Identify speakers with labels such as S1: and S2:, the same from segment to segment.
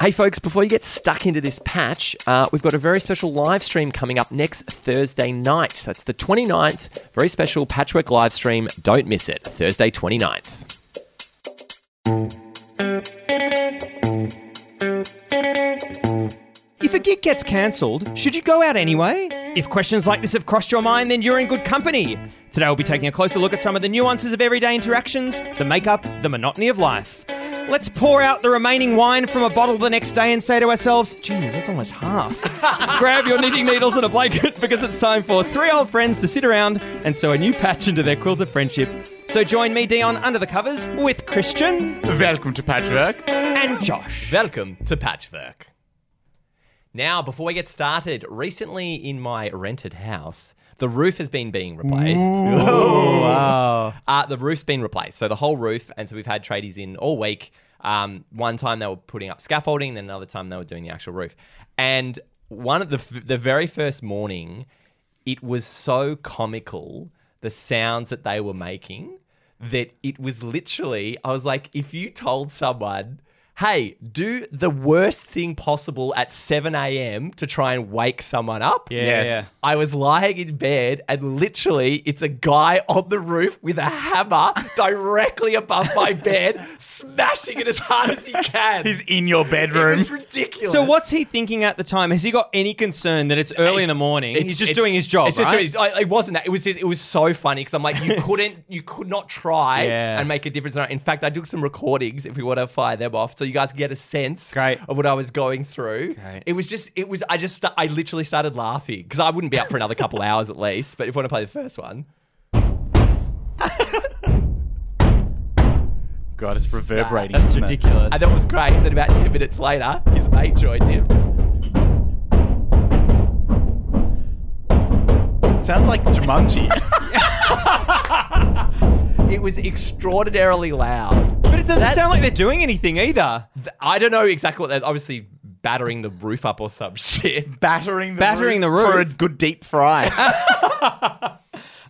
S1: Hey, folks, before you get stuck into this patch, uh, we've got a very special live stream coming up next Thursday night. That's the 29th. Very special patchwork live stream. Don't miss it. Thursday, 29th.
S2: If a gig gets cancelled, should you go out anyway? If questions like this have crossed your mind, then you're in good company. Today we'll be taking a closer look at some of the nuances of everyday interactions, the makeup, the monotony of life. Let's pour out the remaining wine from a bottle the next day and say to ourselves, Jesus, that's almost half. Grab your knitting needles and a blanket because it's time for three old friends to sit around and sew a new patch into their quilt of friendship. So join me, Dion, under the covers with Christian
S3: Welcome to Patchwork.
S2: and Josh.
S1: Welcome to Patchwork. Now, before we get started, recently in my rented house, the roof has been being replaced.
S2: Wow.
S1: Uh, the roof's been replaced. So the whole roof. And so we've had tradies in all week. Um, one time they were putting up scaffolding, then another time they were doing the actual roof. And one of the, f- the very first morning, it was so comical the sounds that they were making that it was literally, I was like, if you told someone, hey, do the worst thing possible at 7 a.m. to try and wake someone up.
S2: Yes. yeah.
S1: I was lying in bed and literally it's a guy on the roof with a hammer directly above my bed, smashing it as hard as he can.
S3: He's in your
S1: it
S3: bedroom.
S1: was ridiculous.
S2: So what's he thinking at the time? Has he got any concern that it's early in
S1: It's-
S2: the morning?
S1: it's-
S2: He's just
S1: it's-
S2: doing his job.
S1: It's just
S2: right?
S1: doing his, I, it wasn't that. It was just, it was so funny because I'm like, you couldn't, you could not try
S2: Yeah.
S1: and make a difference. In fact, I took some recordings if we want to fire them off, so you guys get a sense
S2: Great.
S1: of what I was going through.
S2: Great.
S1: It was just, it was. I just, sta- I literally started laughing because I wouldn't be up for another couple hours at least. But if you want to play the first one,
S3: God, it's reverberating.
S2: That's
S3: isn't it?
S2: ridiculous.
S1: and that was great. Then about ten minutes later, his mate joined him.
S3: Sounds like Jumanji.
S1: It was extraordinarily loud.
S2: but it doesn't
S1: That-
S2: sound like they're doing anything either.
S1: I don't know exactly what. They're, obviously, battering the roof up or some shit.
S3: Battering the
S2: Battering the
S3: roof for a
S2: roof.
S3: good deep fry.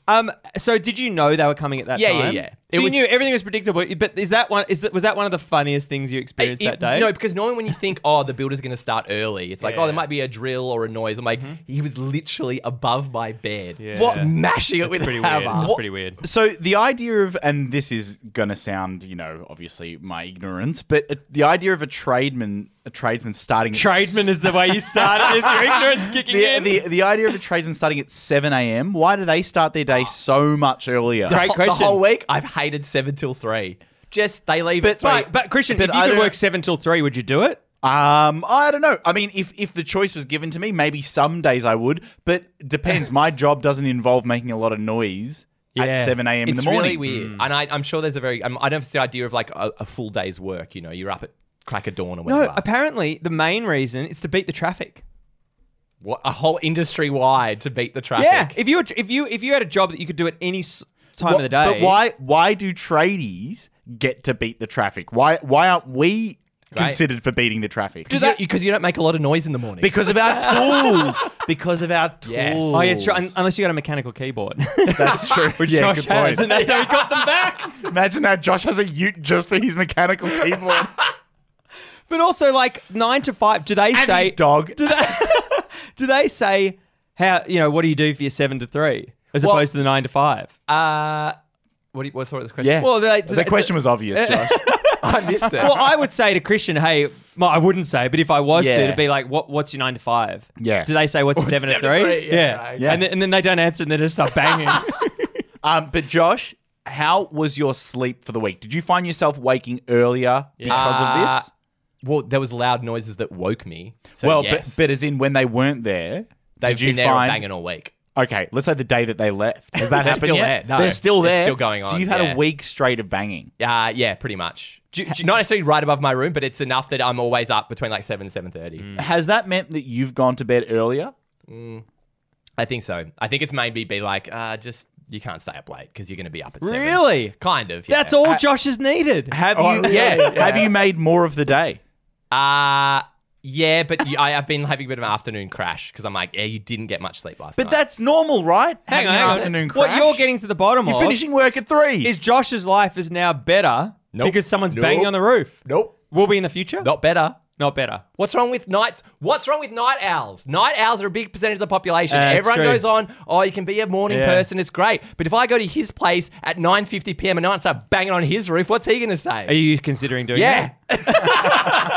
S2: Um, so did you know they were coming at that
S1: Yeah, yeah,
S2: time?
S1: yeah.
S2: So
S1: It
S2: you
S1: was-
S2: knew everything was predictable. But is that one? Is that was that one of the funniest things you experienced
S1: It-
S2: that day?
S1: No, because normally when you think, oh, the builder's going to start early, it's like,
S2: Yeah.
S1: oh, there might be a drill or a noise. I'm like, he was literally above my bed,
S2: Yeah.
S1: what? smashing it with a
S2: pretty weird.
S1: hammer.
S2: That's
S1: What-
S2: pretty weird.
S3: so the idea of, and this is gonna sound, you know, obviously my ignorance, but uh, the idea of a tradesman, a tradesman starting at
S2: Tradesman is the way you start. is your ignorance kicking
S3: the,
S2: in?
S3: the, the idea of a tradesman starting at 7 a.m. Why do they start their day so much earlier?
S2: Great
S1: The
S2: question.
S1: whole week, I've hated seven till three. Just they leave at three.
S2: but, but Christian,
S3: But
S2: if you
S3: I
S2: could
S3: don't-
S2: work seven till three, would you do it?
S3: Um, I don't know. I mean, if if the choice was given to me, maybe some days I would, but depends. My job doesn't involve making a lot of noise
S2: Yeah.
S3: at 7 a.m. in the
S1: it's
S3: morning.
S1: really weird, and I, I'm sure there's a very. I'm, I don't have the idea of like a, a full day's work. You know, you're up at crack of dawn or
S2: No.
S1: whatever.
S2: Apparently, the main reason is to beat the traffic.
S1: what, a whole industry wide to beat the traffic.
S2: Yeah, if you were, if you if you had a job that you could do at any s- time
S3: Wha-
S2: of the day,
S3: But why why do tradies get to beat the traffic? Why why aren't we
S1: Right.
S3: considered for beating the traffic?
S1: because you, 'cause you don't make a lot of noise in the morning.
S3: because of our tools. Because of our tools.
S1: Yes.
S2: Oh yeah, sure, un- unless you got a mechanical keyboard,
S3: That's true.
S2: which
S3: yeah,
S2: Josh
S3: good point.
S2: has, and that's how he got them back.
S3: Imagine that Josh has a ute just for his mechanical keyboard.
S2: But also, like nine to five, do they
S3: and
S2: say?
S3: his dog.
S2: Do they say how you know what do you do for your seven to three as
S1: Well-
S2: opposed to the nine to five?
S1: uh, what do you, what's sort of this question?
S3: Yeah.
S2: Well, they,
S3: the question was obvious, Josh.
S1: I missed it.
S2: Well, I would say to Christian, hey, well, I wouldn't say, but if I was to,
S3: Yeah.
S2: it'd be like, what, what's your nine to five?
S3: Yeah.
S2: Do they say what's your seven, to three?
S1: yeah, right.
S3: Yeah.
S2: And, then, and then they don't answer, and they just start banging.
S3: Um, but Josh, how was your sleep for the week? Did you find yourself waking earlier because
S1: Uh,
S3: of this?
S1: Well, there was loud noises that woke me. So
S3: Well,
S1: yes.
S3: but, but as in when they weren't there,
S1: they've
S3: did you
S1: been there
S3: find?
S1: banging all week.
S3: okay, let's say the day that they left. Has that
S1: They're
S3: happened
S1: still
S3: yet?
S1: there, no.
S3: They're still
S1: It's
S3: there.
S1: still going
S3: So
S1: on,
S3: you've had
S1: yeah.
S3: a week straight of banging.
S1: Uh, yeah, pretty much. Not necessarily right above my room, but it's enough that I'm always up between like seven and seven thirty.
S3: Has that meant that you've gone to bed earlier?
S1: I think so. I think it's made me be like, uh, just you can't stay up late because you're going to be up at seven.
S2: really?
S1: Kind of. Yeah.
S2: That's all Josh has needed.
S3: Have
S1: Oh,
S3: you?
S1: really?
S3: Yeah,
S1: Yeah.
S3: Have you made more of the day?
S1: Uh, yeah, but you, I, I've been having a bit of an afternoon crash because I'm like, yeah, you didn't get much sleep last
S3: But
S1: night.
S3: that's normal, right?
S2: Hang
S3: Having
S2: on,
S3: an
S2: hang on.
S3: afternoon
S2: What
S3: crash.
S2: you're getting to the bottom
S3: You're
S2: of
S3: finishing work at three.
S2: is Josh's life is now better
S1: Nope.
S2: because someone's
S1: Nope.
S2: banging on the roof.
S1: nope,
S2: Will be in the future.
S1: not better.
S2: Not better.
S1: What's wrong with nights? What's wrong with night owls? Night owls are a big percentage of the population.
S2: Uh, it's
S1: Everyone
S2: true.
S1: goes on, oh, you can be a morning
S4: Yeah.
S1: person, it's great. But if I go to his place at 9.50 p.m. at night and start banging on his roof, what's he going to say?
S2: Are you considering doing
S1: yeah.
S2: that?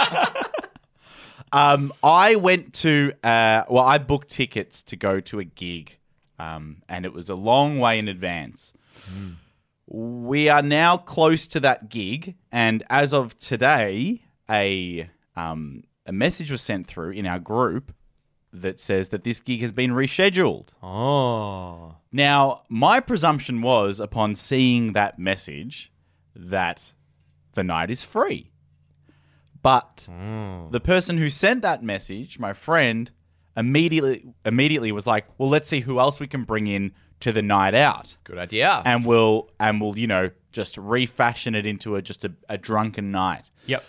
S4: Um, I went to uh, well, I booked tickets to go to a gig, um, and it was a long way in advance.
S1: Hmm.
S4: We are now close to that gig, and as of today, a um, a message was sent through in our group that says that this gig has been rescheduled.
S2: Oh.
S4: Now, my presumption was upon seeing that message that the night is free. But the person who sent that message, my friend, immediately immediately was like, "Well, let's see who else we can bring in to the night out."
S1: Good idea.
S4: And we'll and we'll, you know, just refashion it into a just a, a drunken night.
S2: Yep.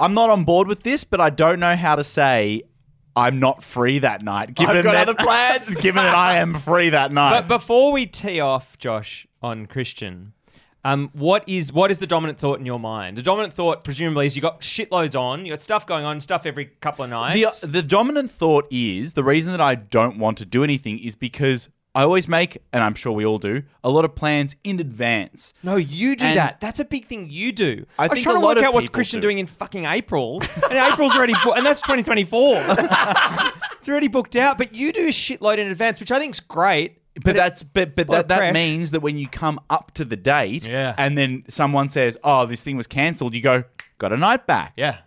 S4: I'm not on board with this, but I don't know how to say I'm not free that night. Given
S1: I've got
S4: that,
S1: other plans.
S4: given that I am free that night.
S2: But before we tee off, Josh, on Christian, um, what is what is the dominant thought in your mind? The dominant thought, presumably, is you got shitloads on, you got stuff going on, stuff every couple of nights.
S4: The, the dominant thought is the reason that I don't want to do anything is because I always make, and I'm sure we all do, a lot of plans in advance.
S2: no, you do
S4: And-
S2: that. That's a big thing you do.
S4: I
S2: I, was
S4: think
S2: trying
S4: a
S2: to work
S4: lot of
S2: out what's
S4: people
S2: Christian
S4: do.
S2: doing in fucking April, and April's already, bo- and that's 2024. it's already booked out. But you do a shitload in advance, which I think's great.
S4: But, that's but but
S2: lot of
S4: that, that
S2: pressure.
S4: means that when you come up to the date,
S2: Yeah.
S4: and then someone says, "Oh, this thing was cancelled," you go, "Got a night back."
S2: yeah.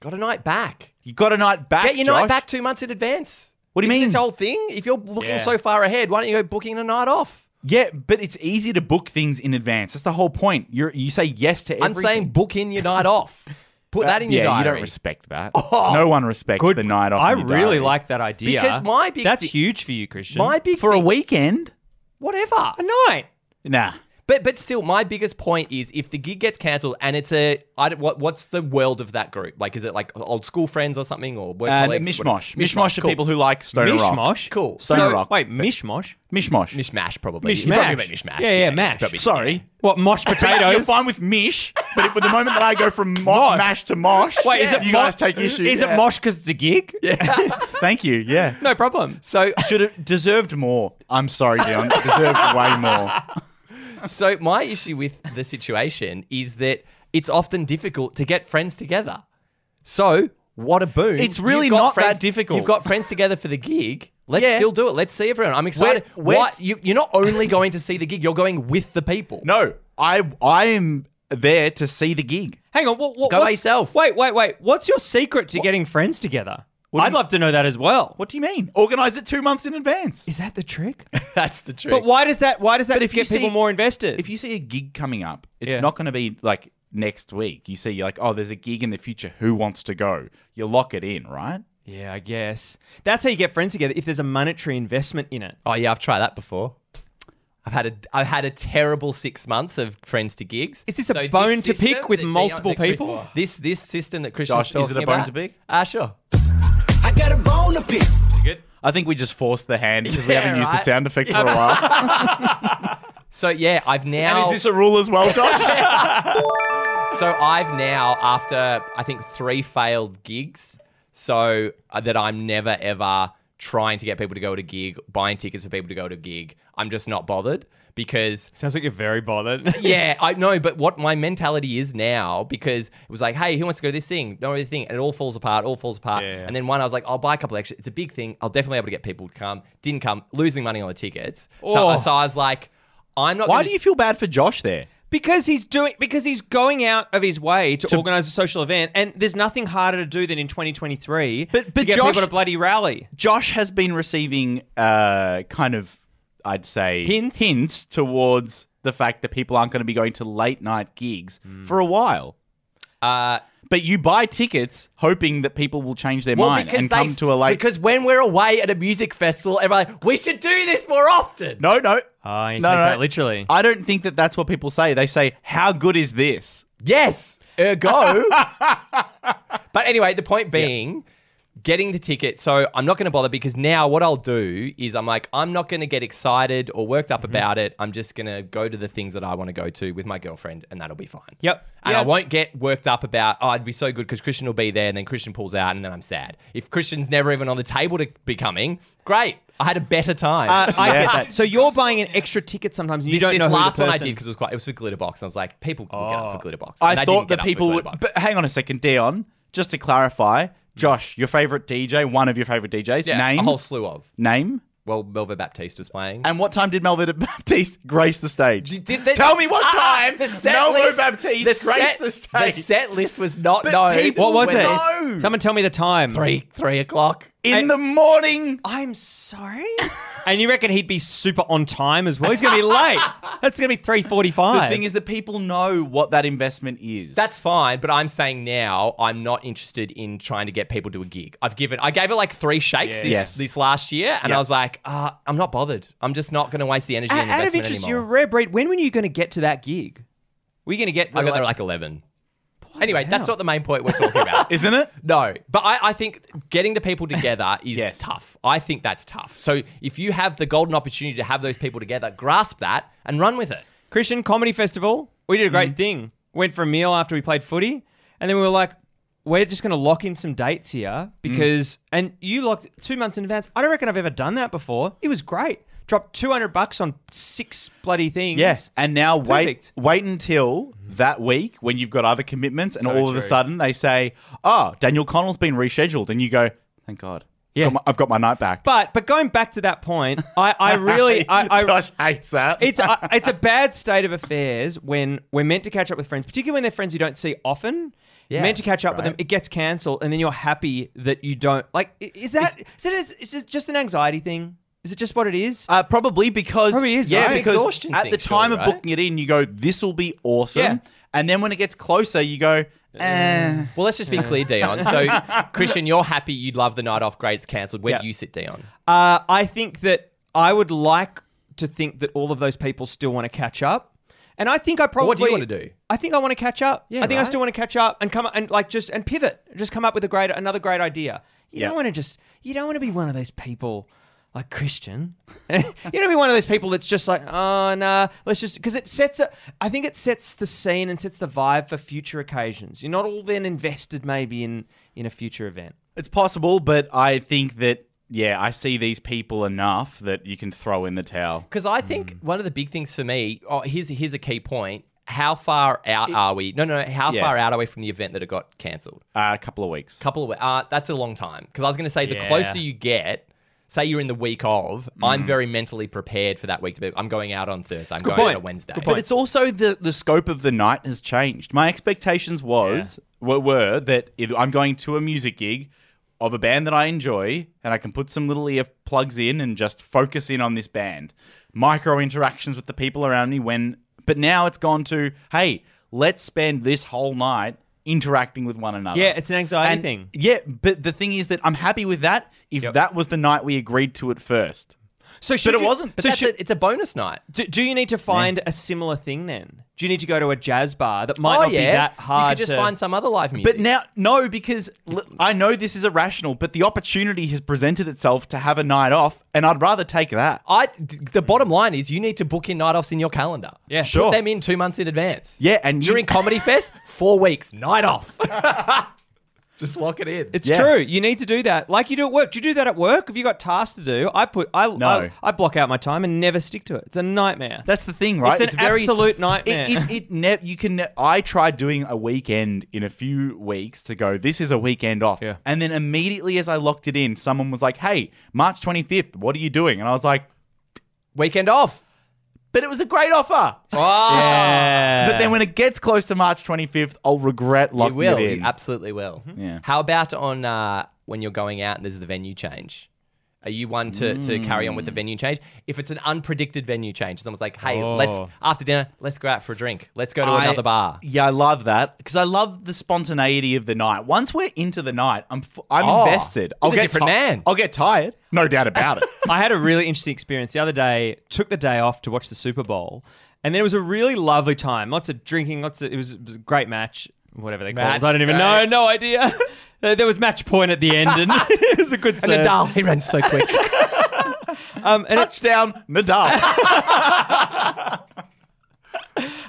S1: got a night back.
S4: You got a night back.
S1: Get your
S4: Josh.
S1: night back two months in advance.
S4: What do you
S1: Isn't
S4: mean?
S1: This whole thing, if you're booking
S2: Yeah.
S1: so far ahead, why don't you go booking a night off?
S4: Yeah, but it's easy to book things in advance. That's the whole point. You you say yes to
S1: I'm
S4: everything.
S1: saying book in your night off. Put that in your
S4: yeah,
S1: diary.
S4: you don't respect that. no one respects the night off.
S2: I
S4: in your
S2: really
S4: diary.
S2: like that idea
S1: Because my big
S2: that's
S1: thi-
S2: huge for you, Christian.
S1: My big
S4: for a
S1: thing-
S4: weekend.
S1: whatever.
S2: a night.
S4: Nah.
S1: But but still, my biggest point is if the gig gets cancelled and it's a I don't, what what's the world of that group like? Is it like old school friends or something or work
S4: Uh,
S1: colleagues? What-
S4: mishmosh. Mishmosh are
S1: cool.
S4: people who like stoner rock.
S2: Mishmosh.
S1: Cool.
S2: So,
S4: Stoner rock.
S2: Wait, mishmosh.
S4: Mishmosh.
S1: mishmash probably. You're
S2: Mishmash.
S1: probably about mishmash.
S2: Yeah, yeah, mash.
S1: probably.
S4: Sorry.
S2: What mosh
S4: You're
S2: potatoes?
S4: fine with mish, but it- with the moment that I go from mo- mash to mosh,
S2: Wait, is it
S4: you
S2: mosh?
S4: guys take issue?
S2: Is
S4: Yeah.
S2: it mosh because it's a gig? Yeah.
S4: Thank you. Yeah.
S2: No problem.
S1: So
S4: Should have deserved more. I'm sorry, Dion. Deserved way more.
S1: so my issue with the situation is that it's often difficult to get friends together. So what a boon!
S4: It's really
S1: You've got
S4: not that
S1: friends-
S4: difficult.
S1: You've got friends together for the gig. Let's
S4: Yeah.
S1: still do it. Let's see everyone. I'm excited.
S4: where's-
S1: What you, you're not only going to see the gig, you're going with the people.
S4: No, I I am there to see the gig.
S2: Hang on. What, what,
S1: Go by
S2: what's-
S1: yourself.
S2: Wait, wait, wait. What's your secret to getting friends together?
S4: do
S2: I'd
S4: you-
S2: love to know that as well.
S4: What do you mean? Organize it two months in advance.
S2: Is that the trick?
S1: that's the truth.
S2: but why does that? Why does that
S4: if
S2: get
S4: you
S2: people
S4: see-
S2: more invested?
S4: If you see a gig coming up, it's
S2: Yeah.
S4: not going to be like next week. You see, you're like, oh, there's a gig in the future. Who wants to go? You lock it in, right?
S2: yeah, I guess that's how you get friends together. If there's a monetary investment in it.
S1: Oh yeah, I've tried that before. I've had a I've had a terrible six months of friends to gigs.
S2: Is this a bone to
S1: system
S2: pick with
S1: that Dion-
S2: multiple
S1: that Chris-
S2: people?
S1: This this system that Christian's
S4: Josh, is it
S1: talking
S4: a bone
S1: about-
S4: to pick?
S1: Ah, sure.
S5: I got a bone to pick.
S4: I think we just forced the hand because we
S1: Yeah,
S4: haven't used the
S1: right.
S4: sound effect for a while.
S1: So yeah, I've now
S4: and is this a rule as well, Josh?
S1: so I've now after I think three failed gigs, so uh, that I'm never ever trying to get people to go to gig, buying tickets for people to go to gig. I'm just not bothered because
S2: Sounds like you're very bothered.
S1: yeah, I know, but what my mentality is now because it was like, hey, who wants to go to this thing? No, this thing, and it all falls apart, all falls apart.
S2: Yeah.
S1: And then one, I was like, I'll buy a couple extra. It's a big thing. I'll definitely be able to get people to come. Didn't come, losing money on the tickets.
S2: Oh.
S1: So, so I was like, I'm not.
S4: Why
S1: gonna-
S4: do you feel bad for Josh there?
S2: Because he's doing because he's going out of his way to, organize a social event, and there's nothing harder to do than in 2023
S4: But-
S2: to
S4: but
S2: get
S4: Josh-
S2: people to bloody rally.
S4: Josh has been receiving uh, kind of, I'd say,
S2: Hints?
S4: hints towards the fact that people aren't going to be going to late night gigs for a while.
S1: Hmm. Uh,
S4: But you buy tickets hoping that people will change their
S1: well,
S4: mind
S1: because
S4: and
S1: they-
S4: come to a late.
S1: Because when we're away at a music festival, everyone, like, we should do this more often.
S4: no, no.
S2: Oh, you
S4: No,
S2: take
S4: no,
S2: that literally.
S4: I don't think that that's what people say. They say, "How good is this?"
S1: Yes. Ergo. but anyway, the point being, getting the ticket. So I'm not going to bother because now what I'll do is I'm like, I'm not going to get excited or worked
S2: Mm-hmm.
S1: up about it. I'm just going to go to the things that I want to go to with my girlfriend and that'll be fine.
S2: Yep.
S1: And I
S2: Yeah.
S1: won't get worked up about, oh, it'd be so good because Christian will be there and then Christian pulls out and then I'm sad. If Christian's never even on the table to be coming, great. I had a better time.
S2: Uh, I
S4: Yeah.
S2: get that. So you're buying an extra ticket sometimes, and you
S1: this,
S2: don't
S1: this
S2: know who
S1: last
S2: the
S1: one I
S2: person- Oh.
S1: did because it was quite. It was for Glitterbox, and I was like, people will get up for Glitterbox. And
S4: I
S1: they didn't get
S4: thought that
S1: up for
S4: people would.
S1: Glitterbox.
S4: But hang on a second, Dion. Just to clarify, Josh, your favorite DJ, one of your favorite DJs,
S1: Hmm. yeah,
S4: name,
S1: a whole slew of.
S4: name,
S1: Well, Melva Baptiste was playing.
S4: and what time did Melvin Baptiste grace the stage?
S1: Did they-
S4: Tell me what
S1: Ah,
S4: time
S1: the set
S4: Melvin
S1: list-
S4: Baptiste
S1: the
S4: graced
S1: set-
S4: the stage.
S1: The set list was not
S4: But
S1: known.
S4: people
S2: What was
S4: went-
S2: it?
S4: No.
S2: Someone tell me the time.
S1: Three, three o'clock.
S4: in the morning.
S2: I'm sorry. and you reckon he'd be super on time as well? He's gonna be late. That's gonna be three
S4: The
S2: forty-five.
S4: thing is that people know what that investment is.
S1: That's fine, but I'm saying now I'm not interested in trying to get people to a gig. I've given, I gave it like three shakes this,
S4: Yes.
S1: this last year, and I was like, uh, I'm not bothered. I'm just not going to waste the energy. and
S2: out, out of
S1: investment
S2: interest,
S1: anymore.
S2: you're a rare breed. When were you gonna get to that gig? Were you gonna get?
S1: I got there at like eleven. Anyway, that's
S2: hell.
S1: not the main point we're talking about.
S4: isn't it?
S1: No, but I, I think getting the people together is
S4: Yes.
S1: tough. I think that's tough. So if you have the golden opportunity to have those people together, grasp that and run with it.
S2: Christian Comedy Festival. We did a great thing. Went for a meal after we played footy, and then we were like, we're just going to lock in some dates here because, and you locked two months in advance. I don't reckon I've ever done that before. It was great. Dropped two hundred bucks on six bloody things.
S4: Yes. And now
S2: Perfect.
S4: wait wait until that week when you've got other commitments and
S2: So
S4: all of a
S2: true.
S4: sudden they say, "Oh, Daniel Connell's been rescheduled." And you go, "Thank God."
S2: Yeah.
S4: Got my- I've got my night back.
S2: But but going back to that point, I I really I, I
S4: Josh hates that.
S2: it's I, it's a bad state of affairs when we're meant to catch up with friends, particularly when they're friends you don't see often. you're meant to catch up with them,
S1: right.
S2: it gets cancelled, and then you're happy that you don't. Like, i- is that is it? Is, is it just an anxiety thing? Is it just what it is?
S4: Uh, probably because
S2: Probably is,
S4: yeah,
S2: right?
S4: because
S1: Exhaustion
S4: at
S1: thing,
S4: the time
S1: surely,
S4: of
S1: right?
S4: booking it in, you go, "This will be awesome,"
S2: Yeah.
S4: and then when it gets closer, you go,
S1: Uh.
S4: eh.
S1: Well, let's just be clear, Dion. So Christian, you're happy. You'd love the night off. Great, it's cancelled. Where
S4: Yeah.
S1: do you sit, Dion?
S2: Uh, I think that I would like to think that all of those people still want to catch up. And I think I probably.
S1: what do you wanna do?
S2: I think I want to catch up. I think I
S1: right.
S2: still want to catch up and come up and like just and pivot, just come up with a great another great idea. You
S4: Yeah.
S2: don't want to just. You don't want to be one of those people like Christian. you don't be one of those people that's just like, oh nah, let's just because it sets. A, I think it sets the scene and sets the vibe for future occasions. You're not all then invested maybe in in a future event.
S4: It's possible, but I think that yeah, I see these people enough that you can throw in the towel.
S1: Because I think one of the big things for me, oh, here's here's a key point. How far out are we? No, no, no. How
S4: Yeah.
S1: far out are we from the event that it got cancelled?
S4: Uh, a couple of weeks.
S1: couple of we- uh, that's a long time because I was going to say the closer you get say you're in the week of
S2: Mm.
S1: I'm very mentally prepared for that week to be I'm going out on Thursday I'm going
S2: point.
S1: out on Wednesday
S4: But it's also the the scope of the night has changed. My expectations was were, were that if I'm going to a music gig of a band that I enjoy and I can put some little ear plugs in and just focus in on this band. Micro interactions with the people around me when but now it's gone to hey, let's spend this whole night interacting with one another.
S2: Yeah, it's an anxiety
S4: And-
S2: thing.
S4: Yeah, but the thing is that I'm happy with that if that was the night we agreed to at first.
S2: So, should
S4: it
S2: you-
S4: wasn't.
S1: But
S2: So
S1: that's
S2: should,
S1: a, it's a bonus night
S2: Do, do you need to find a similar thing then? Do you need to go to a jazz bar that might
S1: oh
S2: not
S1: yeah
S2: be that hard?
S1: you could just
S2: to-
S1: find some other live music
S4: But now, no, because l- I know this is irrational, but the opportunity has presented itself to have a night off, and I'd rather take that.
S1: I th- the bottom line is you need to book in night offs in your calendar yeah
S4: sure.
S1: put them in two months in advance
S4: Yeah, and you-
S1: during Comedy Fest four weeks night off just lock it in
S2: It's
S4: Yeah.
S2: true. You need to do that, like you do at work. Do you do that at work? Have you got tasks to do? I put I I, I block out my time and never stick to it. It's a nightmare.
S4: That's the thing, right?
S2: It's an absolute nightmare.
S4: It, it, it ne- you can. Ne- I tried doing a weekend in a few weeks to go. This is a weekend off,
S2: Yeah.
S4: and then immediately as I locked it in, someone was like, "Hey, March twenty fifth, what are you doing?" And I was like,
S1: weekend off
S4: "But it was a great offer."
S1: oh
S4: But then when it gets close to March twenty fifth, I'll regret
S1: You
S4: locking
S1: will.
S4: it
S1: You
S4: in.
S1: absolutely will.
S4: Yeah.
S1: Mm-hmm. How about on uh, when you're going out and there's the venue change? Are you one to, to carry on with the
S2: Mm.
S1: venue change? If it's an unpredicted venue change, someone's like, hey,
S2: Oh.
S1: let's after dinner, let's go out for a drink. Let's go to
S4: I-
S1: another bar.
S4: Yeah, I love that because I love the spontaneity of the night. Once we're into the night, I'm f- I'm
S1: Oh,
S4: invested.
S1: he's a different
S4: ti-
S1: man.
S4: I'll get tired, no doubt about it.
S2: I had a really interesting experience the other day. Took the day off to watch the Super Bowl, and then it was a really lovely time. Lots of drinking, lots of it was, it was a great match. whatever they
S1: Match
S2: call it. I don't even know.
S1: day.
S2: No idea. Uh, There was match point at the end, and it was a good
S1: And
S2: serve.
S1: Nadal, he ran so quick.
S2: Um, and, it-
S4: Touchdown, Nadal.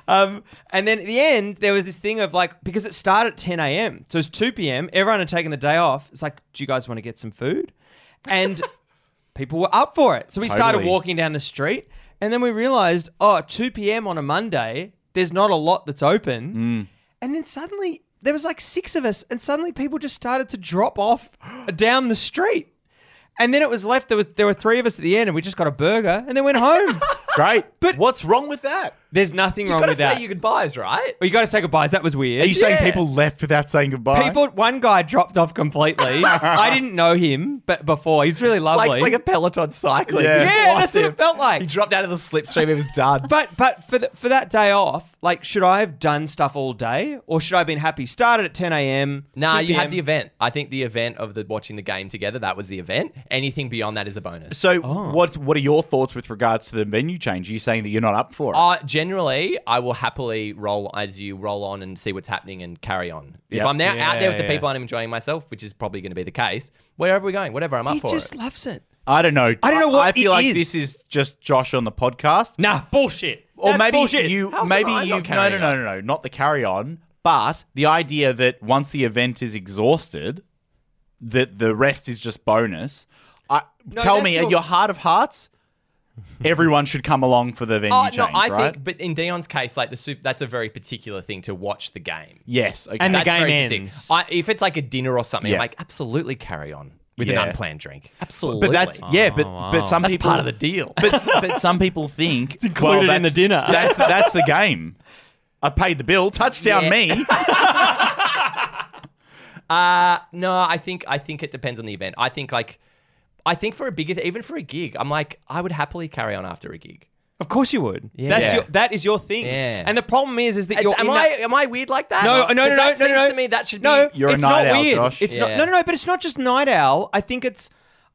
S2: um, and then at the end, there was this thing of like because it started at 10 a.m., so it's 2 p.m. Everyone had taken the day off. It's like, do you guys want to get some food? And people were up for it, so we started
S4: Totally.
S2: walking down the street, and then we realized, oh, 2 p.m. on a Monday, there's not a lot that's open,
S4: Mm.
S2: and then suddenly. There was like six of us, and suddenly people just started to drop off down the street. And then it was left. There was there were three of us at the end, and we just got a burger and then went home.
S4: Great.
S2: But-
S4: But what's wrong with that?
S2: There's nothing
S1: you
S2: wrong
S1: got to
S2: with that.
S1: say your goodbyes, right?
S2: well, you got to say goodbyes. That was weird.
S4: Are you saying
S1: Yeah.
S4: people left without saying goodbye?
S2: people? One guy dropped off completely. I didn't know him, but before he's really lovely.
S1: Like, it's like a Peloton cycling.
S4: Yeah.
S1: You just
S2: Yeah,
S1: lost
S2: that's what it
S1: him.
S2: felt like.
S1: He dropped out of the slipstream. He was done.
S2: but but for the, for that day off, like, should I have done stuff all day, or should I have been happy? Started at 10 a.m.
S1: Nah,
S2: 2
S1: you had
S2: p.m.?
S1: the event. I think the event of the watching the game together, that was the event. Anything beyond that is a bonus.
S4: So, what what are your thoughts with regards to the venue change? Are you saying that you're not up for it?
S1: Uh, generally, I will happily roll as you roll on and see what's happening and carry on. If
S4: Yep.
S1: I'm now out there with the
S2: Yeah, yeah.
S1: people and I'm enjoying myself, which is probably going to be the case, wherever we're going, whatever, I'm up
S2: He
S1: for
S2: just
S1: it.
S2: loves it.
S4: I don't know.
S2: I don't know what
S4: I feel
S2: it
S4: like
S2: is.
S4: this is just Josh on the podcast.
S2: Nah, bullshit.
S4: or
S2: That's
S4: maybe
S2: bullshit.
S4: you
S1: How come
S4: maybe
S1: I'm not
S4: you've no
S1: carrying
S4: no no no no not the carry on but the idea that once the event is exhausted that the rest is just bonus I, tell
S2: that's
S4: me
S2: your-
S4: at your heart of hearts everyone should come along for the venue
S1: Oh,
S4: change
S1: no, I
S4: right
S1: think, but in Dion's case, like the soup, that's a very particular thing to watch the game.
S4: yes okay.
S2: And the
S1: That's
S2: game
S1: very
S2: ends.
S1: specific. I, if it's like a dinner or something,
S4: Yeah.
S1: I'm like, absolutely carry on with
S4: Yeah.
S1: an unplanned drink. Absolutely. Oh,
S4: but that's yeah but but some
S1: That's
S4: people
S1: part of the deal.
S4: but, but some people think it's
S2: included in the dinner.
S4: that's that's the game I've paid the bill touchdown
S1: Yeah.
S4: me
S1: Uh no, I think I think it depends on the event. I think like I think for a bigger even for a gig, I'm like I would happily carry on after a gig.
S2: Of course you would. That's
S1: Yeah.
S2: your, that is your thing.
S1: Yeah.
S2: And the problem is, is that you're
S1: am
S2: in
S1: I
S2: that-
S1: am I weird like that?
S2: No,
S1: Or-
S2: no, no,
S1: 'cause
S2: no,
S1: that
S2: no,
S1: seems
S2: no.
S1: To me, that should
S2: no.
S1: be
S4: You're a
S2: it's
S4: night
S2: not
S4: owl,
S2: weird.
S4: Josh.
S2: It's not.
S1: Yeah.
S2: No, no, no. But it's not just night owl. I think it's.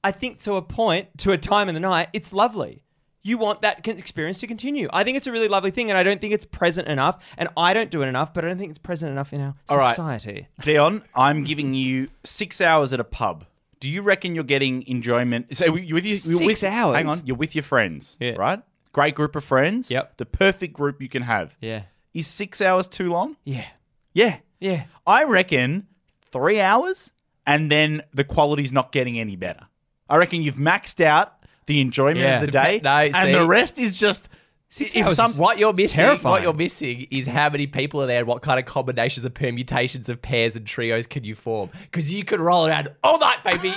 S2: I think to a point, to a time in the night, it's lovely. You want that con- experience to continue. I think it's a really lovely thing, and I don't think it's present enough. And I don't do it enough, but I don't think it's present enough in our
S4: right.
S2: society.
S4: Dion, I'm giving you six hours at a pub. Do you reckon you're getting enjoyment? So you're with your, you're
S2: Six
S4: with,
S2: hours?
S4: Hang on, you're with your friends,
S2: Yeah.
S4: right? Great group of friends.
S2: Yep.
S4: The perfect group you can have.
S2: Yeah.
S4: Is six hours too long?
S2: Yeah.
S4: Yeah.
S2: Yeah.
S4: I reckon three hours, and then the quality's not getting any better. I reckon you've maxed out the enjoyment
S2: Yeah.
S4: of the day,
S1: No,
S4: and
S1: see?
S4: the rest is just six
S1: If some- what you're missing, what
S2: terrifying.
S1: you're missing is how many people are there, and what kind of combinations of permutations of pairs and trios can you form? Because you could roll around all night, baby.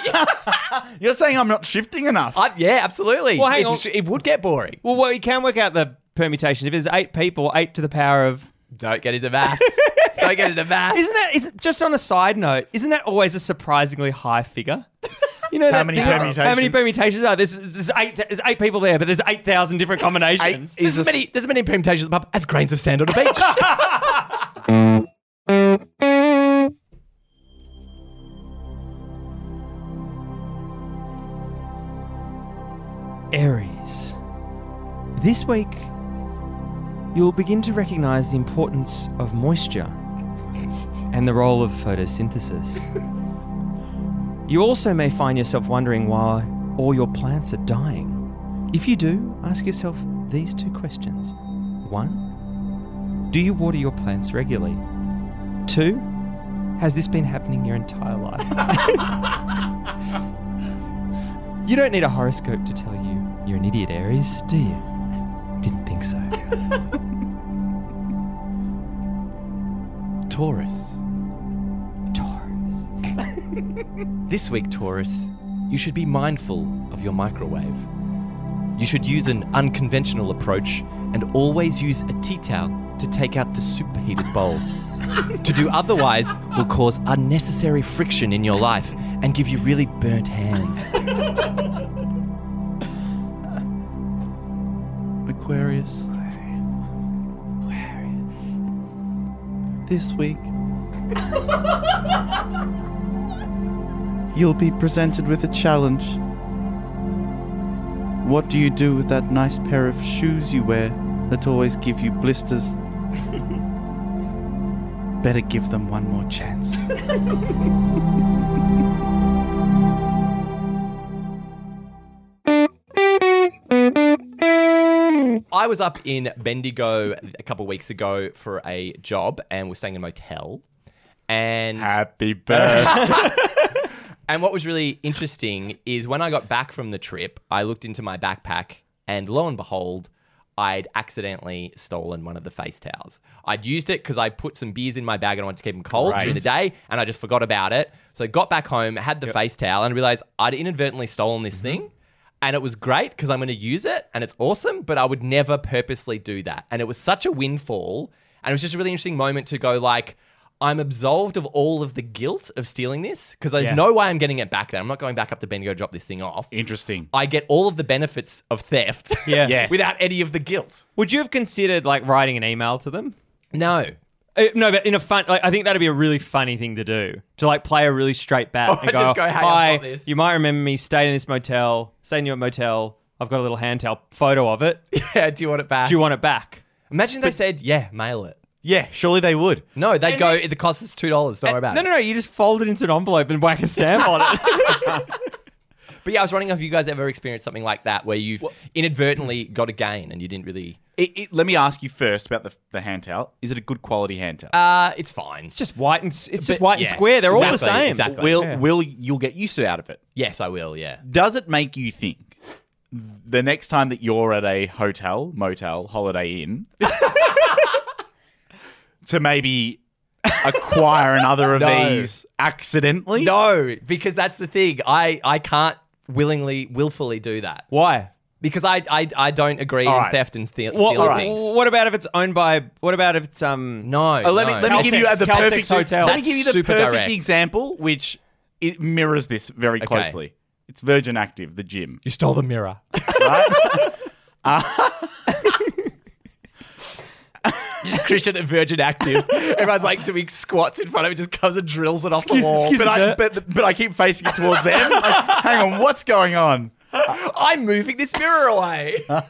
S4: You're saying I'm not shifting enough.
S1: I- yeah, absolutely.
S2: Well, hang
S1: it,
S2: on.
S1: sh- it would get boring.
S2: Well, well, you can work out the permutations. If there's eight people, eight to the power of.
S1: Don't get into maths. Don't get into maths.
S2: Isn't that? Is just on a side note? Isn't that always a surprisingly high figure? You know that
S4: many
S2: thing- How many
S4: permutations?
S2: permutations are there? there's, there's eight? There's eight people there, but there's eight thousand different
S4: Eight
S2: combinations.
S4: is
S1: there's,
S4: a
S1: as many, there's as many permutations of the pub as grains of sand on a beach.
S2: Aries. This week, you'll begin to recognize the importance of moisture and the role of photosynthesis. you also may find yourself wondering why all your plants are dying. If you do, ask yourself these two questions. One, do you water your plants regularly? Two, has this been happening your entire life? You don't need a horoscope to tell you you're an idiot, Aries, do you? Didn't think so.
S1: Taurus.
S2: Taurus.
S1: This week, Taurus, you should be mindful of your microwave. You should use an unconventional approach and always use a tea towel to take out the superheated bowl. to do otherwise will cause unnecessary friction in your life and give you really burnt hands.
S4: Aquarius. This week, you'll be presented with a challenge. What do you do with that nice pair of shoes you wear that always give you blisters? Better give them one more chance.
S1: I was up in Bendigo a couple weeks ago for a job, and we're staying in a motel. And
S4: Happy birthday.
S1: and what was really interesting is when I got back from the trip, I looked into my backpack, and lo and behold, I'd accidentally stolen one of the face towels. I'd used it because I put some beers in my bag and I wanted to keep them cold
S4: Great.
S1: during the day, and I just forgot about it. So I got back home, had the face towel, and realized I'd inadvertently stolen this thing. And it was great because I'm going to use it and it's awesome, but I would never purposely do that. And it was such a windfall. And it was just a really interesting moment to go, like, I'm absolved of all of the guilt of stealing this because there's
S2: Yeah.
S1: no way I'm getting it back then. I'm not going back up to Bendigo to drop this thing off.
S4: Interesting.
S1: I get all of the benefits of theft
S2: Yeah.
S4: Yes.
S1: without any of the guilt.
S2: Would you have considered like writing an email to them?
S1: No.
S2: Uh, no, but in a fun, like, I think that'd be a really funny thing to do. To like play a really straight bat and go,
S1: Oh, just go, "Hey, I've
S2: "Hi,
S1: got this."
S2: you might remember me. Stayed in this motel. Stayed in your motel. I've got a little handheld photo of it. Do
S1: Yeah, do you want it back?
S2: you want it back?"
S1: Imagine they said, yeah, mail it.
S4: Yeah, surely they would.
S1: No, they go, it costs us $2. Don't worry about
S2: no,
S1: it.
S2: no, no. You just fold it into an envelope and whack a stamp on it.
S1: But yeah, I was wondering if you guys ever experienced something like that where you've inadvertently got a gain and you didn't really.
S4: It, it, let me ask you first about the, the hand towel. Is it a good quality hand towel?
S1: Uh, it's fine. It's
S2: just white and s- it's just
S1: But-
S2: white and
S1: yeah,
S2: square. They're all the
S1: exactly,
S2: same.
S1: exactly.
S4: will will you'll get use out of it?
S1: yes, I will. Yeah.
S4: Does it make you think the next time that you're at a hotel, motel, Holiday Inn, to maybe acquire another of
S1: No.
S4: these accidentally?
S1: No, because that's the thing. I I can't willingly, willfully do that
S2: Why?
S1: because I I, I don't agree
S4: All
S1: in
S4: right.
S1: theft and thea-
S2: What,
S1: stealing things.
S2: what about if it's owned by? What about if it's um?
S1: No.
S4: Oh, let me
S1: no.
S4: let me give you
S2: Caltex,
S4: the
S2: Caltex
S4: perfect
S2: hotel.
S4: Let me
S1: That's
S4: give you the
S1: super
S4: perfect
S1: direct.
S4: example, which it mirrors this very closely. It's Virgin Active, the gym.
S1: You stole the mirror. Just Christian at Virgin Active. Everyone's like doing squats in front of it, just comes and drills it off the wall.
S4: but,
S2: me,
S4: I,
S2: sir.
S4: but, but I keep facing it towards them. Like, hang on, what's going on?
S1: I'm moving this mirror away.
S4: Uh,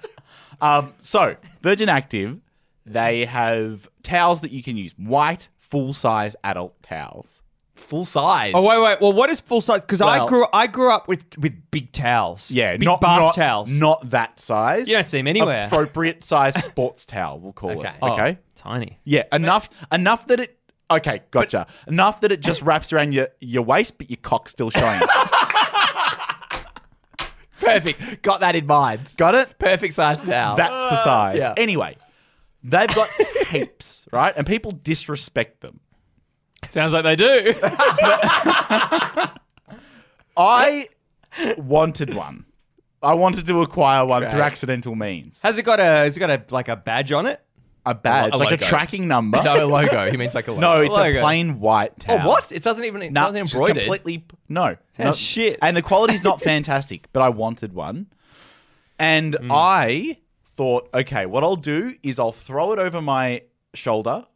S4: Um, so, Virgin Active, they have towels that you can use white, full size adult towels.
S1: Full size.
S2: Oh wait, wait. Well, what is full size? Because I
S4: Well-
S2: grew I grew up with with big towels.
S4: Yeah,
S2: big
S4: not
S2: bath
S4: not,
S2: towels.
S4: Not that size.
S2: You don't see 'em anywhere.
S4: Appropriate size sports towel, we'll call
S1: Okay.
S4: it.
S1: Oh.
S4: Okay.
S2: tiny.
S4: Yeah, enough enough that it Okay, gotcha. enough that it just wraps around your, your waist, but your cock's still showing.
S1: Perfect. Got that in mind.
S4: Got it?
S1: Perfect size towel.
S4: That's the size.
S1: Ah, yeah.
S4: Anyway, they've got heaps, right? And people disrespect them.
S2: Sounds like they do.
S4: I wanted one. I wanted to acquire one through accidental means.
S2: Has it got a? Has it got a like a badge on it?
S4: A badge,
S1: a
S4: like a
S1: logo.
S4: tracking number.
S1: no logo. He means like a logo.
S4: No, it's a
S2: Logo.
S4: plain white
S1: Oh,
S4: towel.
S1: what? It doesn't even it
S4: No,
S1: doesn't
S4: just
S1: embroidered.
S4: Completely no. No.
S2: shit.
S4: And the quality's not fantastic, but I wanted one. And I thought, okay, what I'll do is I'll throw it over my shoulder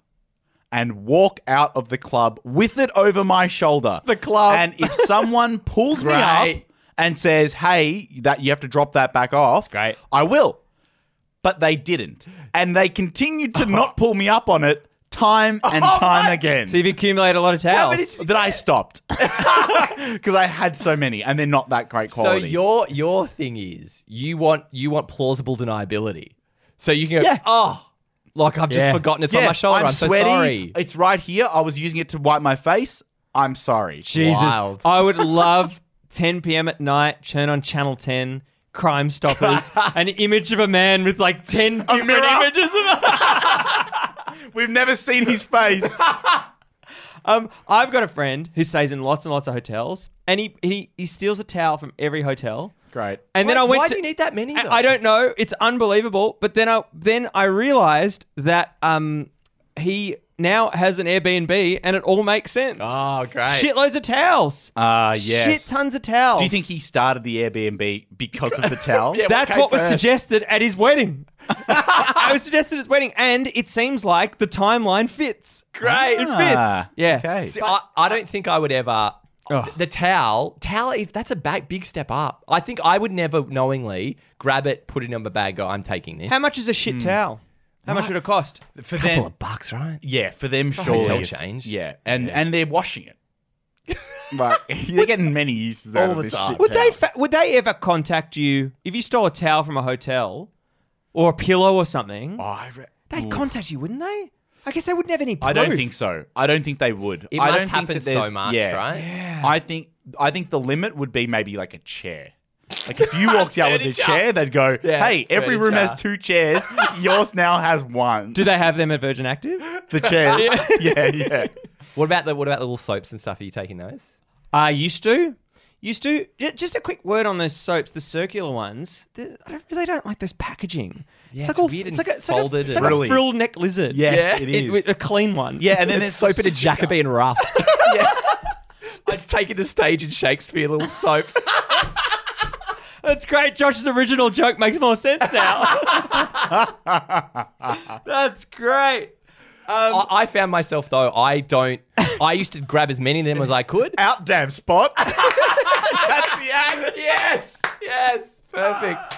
S4: and walk out of the club with it over my shoulder.
S2: The club.
S4: And if someone pulls me up
S1: Great.
S4: and says, "Hey, that you have to drop that back off,"
S2: Great.
S4: I will. But they didn't, and they continued to not pull me up on it time and time again
S2: So you've accumulated a lot of towels.
S4: that I stopped because I had so many, and they're not that great
S1: So
S4: quality.
S1: your your thing is you want you want plausible deniability. So you can go,
S4: Yeah.
S1: oh, like I've just
S2: Yeah.
S1: forgotten it's on my shoulder. I'm, so sorry.
S4: It's right here. I was using it to wipe my face. I'm sorry.
S2: Jesus,
S1: Wild.
S2: I would love 10 p.m. at night. Turn on Channel 10. Crime Stoppers. an image of a man with like 10 different
S4: mirror?
S2: images of.
S4: We've never seen his face.
S2: Um, I've got a friend who stays in lots and lots of hotels, and he he, he steals a towel from every hotel.
S4: great.
S2: And then
S1: Why-
S2: I went.
S1: why
S2: to,
S1: do you need that many,
S2: I-
S1: though?
S2: I don't know. It's unbelievable. But then I then I realized that um he now has an Airbnb, and it all makes sense.
S1: Oh, great.
S2: Shitloads of towels.
S4: Ah, yes.
S2: Shit tons of towels.
S4: Do you think he started the Airbnb because of the towels?
S2: That's what was suggested at his wedding. I was suggested at his wedding, and it seems like the timeline fits.
S1: Great.
S2: It
S4: Ah,
S2: fits. Yeah.
S4: Okay.
S1: See, I, I don't think I would ever.
S2: Ugh.
S1: The towel, towel. If that's a big, big step up, I think I would never knowingly grab it, put it in my bag, go. I'm taking this.
S2: Hmm. How much is a shit towel? How much would it cost?
S4: for
S1: couple
S4: them,
S1: of bucks, right?
S4: yeah, for them, sure.
S1: hotel
S4: it's-
S1: change.
S4: Yeah, and and they're washing it. Like they're getting many uses out
S1: All
S4: of
S1: the
S4: this
S1: time.
S4: shit.
S2: Would they
S4: towel.
S2: fa- would they ever contact you if you stole a towel from a hotel or a pillow or something?
S4: Oh, I re-
S2: They'd contact you, wouldn't they? I guess they wouldn't have any proof.
S4: I don't think so. I don't think they would.
S1: It
S4: I
S1: must
S4: don't
S1: happen
S4: think that
S1: so
S4: there's-
S1: much, right?
S4: I think I think the limit would be maybe like a chair. Like if you walked out with a
S1: Furniture.
S4: chair, they'd go,
S1: Yeah,
S4: "Hey, every room has two chairs. Yours now has one."
S2: Do they have them at Virgin Active?
S4: the chairs. yeah, yeah.
S1: What about the what about the little soaps and stuff? Are you taking those?
S2: I Uh, used to. Used to. J- Just a quick word on those soaps, the circular ones. The- I don't, really don't like this packaging.
S1: it's
S2: all-
S1: weird
S2: it's
S1: and
S2: like a, it's like a-
S1: folded
S2: it's
S1: and-
S2: like a
S4: Really?
S2: frilled neck lizard.
S4: Yes,
S2: yeah?
S4: it is.
S2: with a clean one.
S4: Yeah, and then there's
S1: Soap in a Jacobean rough.
S4: Yeah.
S1: I'd take it to stage in Shakespeare, little soap.
S2: That's great. Josh's original joke makes more sense now. That's great.
S1: I, I found myself though, I don't. I used to grab as many of them as I could.
S4: Out damn spot. That's the ad.
S1: yes, yes, perfect,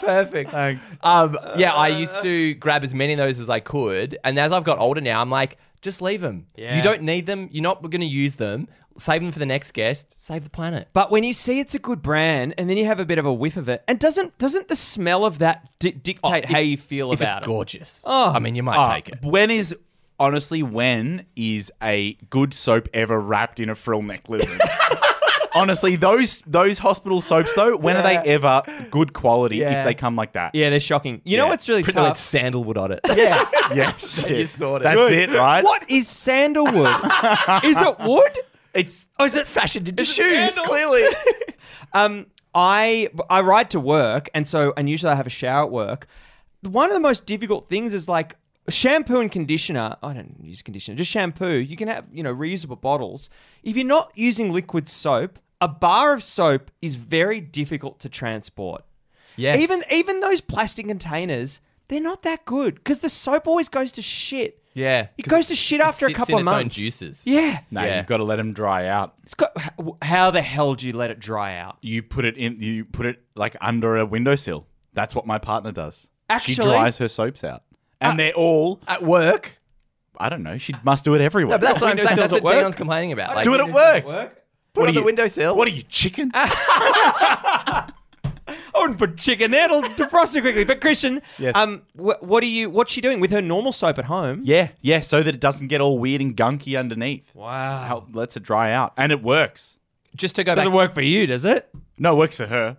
S1: perfect.
S4: Thanks.
S1: Um, yeah, I used to grab as many of those as I could, and as I've got older now, I'm like, just leave them.
S2: Yeah.
S1: You don't need them. You're not going to use them. Save them for the next guest. Save the planet.
S2: But when you see it's a good brand, and then you have a bit of a whiff of it, and doesn't doesn't the smell of that di-
S4: Oh,
S2: dictate how you feel
S1: If
S2: about
S1: it's
S2: it?
S1: gorgeous,
S2: Oh.
S1: I mean, you might
S4: Uh,
S1: take it.
S4: When is honestly when is a good soap ever wrapped in a frill neck lizard? honestly, those those hospital soaps though, when are they ever good quality
S2: Yeah.
S4: if they come like that?
S2: Yeah, they're shocking. You know
S4: Yeah.
S2: what's really
S1: Put
S2: tough?
S1: with sandalwood on it.
S4: Yeah. yeah. Shit.
S1: you sorted.
S4: That's
S1: Good.
S4: it, right?
S2: What is sandalwood? is it wood?
S4: It's
S2: Or is it fashioned into
S1: shoes, clearly.
S2: um, I I ride to work, and so and usually I have a shower at work. One of the most difficult things is like shampoo and conditioner. I don't use conditioner, just shampoo. You can have you know reusable bottles. If you're not using liquid soap, a bar of soap is very difficult to transport.
S1: Yes.
S2: Even even those plastic containers, they're not that good because the soap always goes to shit.
S1: yeah,
S2: It goes to shit after a
S1: sits
S2: couple
S1: in
S2: of
S1: its own
S2: months.
S1: juices.
S2: Yeah.
S4: no,
S1: Yeah.
S4: you've got to let them dry out.
S2: It's got, h- how the hell do you let it dry out?
S4: You put it in. You put it like under a windowsill. That's what my partner does. she
S2: Actually-
S4: dries her soaps out, and they're all
S1: uh, at work.
S4: I don't know. She must do it everywhere.
S1: But that's what I'm saying.
S2: Windowsills
S1: That's
S2: at
S1: what
S2: work?
S1: Dion's complaining about. Like,
S4: do it at
S2: Does
S4: work.
S2: it work?
S1: Put
S4: What
S1: on
S4: are
S1: the
S4: you-
S1: windowsill.
S4: What are you chicken?
S1: Ah,
S2: I wouldn't put chicken there. It'll defrost it quickly. But Christian,
S4: Yes.
S2: um, wh- what are you? What's she doing with her normal soap at home?
S4: yeah, yeah. So that it doesn't get all weird and gunky underneath.
S2: Wow.
S4: How lets it dry out, and it works.
S1: Just to go back.
S2: Doesn't
S1: to-
S2: work for you, does it?
S4: No, it works for her.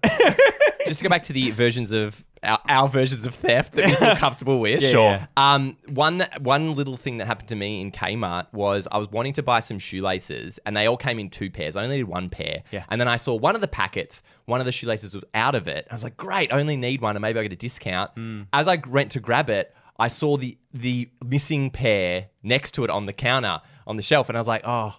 S1: just to go back to the versions of our, our versions of theft that we feel comfortable with.
S4: Sure. yeah.
S1: Um, one that, one little thing that happened to me in Kmart was I was wanting to buy some shoelaces, and they all came in two pairs. I only needed one pair.
S4: Yeah.
S1: And then I saw one of the packets, one of the shoelaces was out of it. I was like, great, I only need one, and maybe I get a discount.
S4: Hmm.
S1: As I went to grab it. I saw the the missing pair next to it on the counter on the shelf, and I was like, "Oh,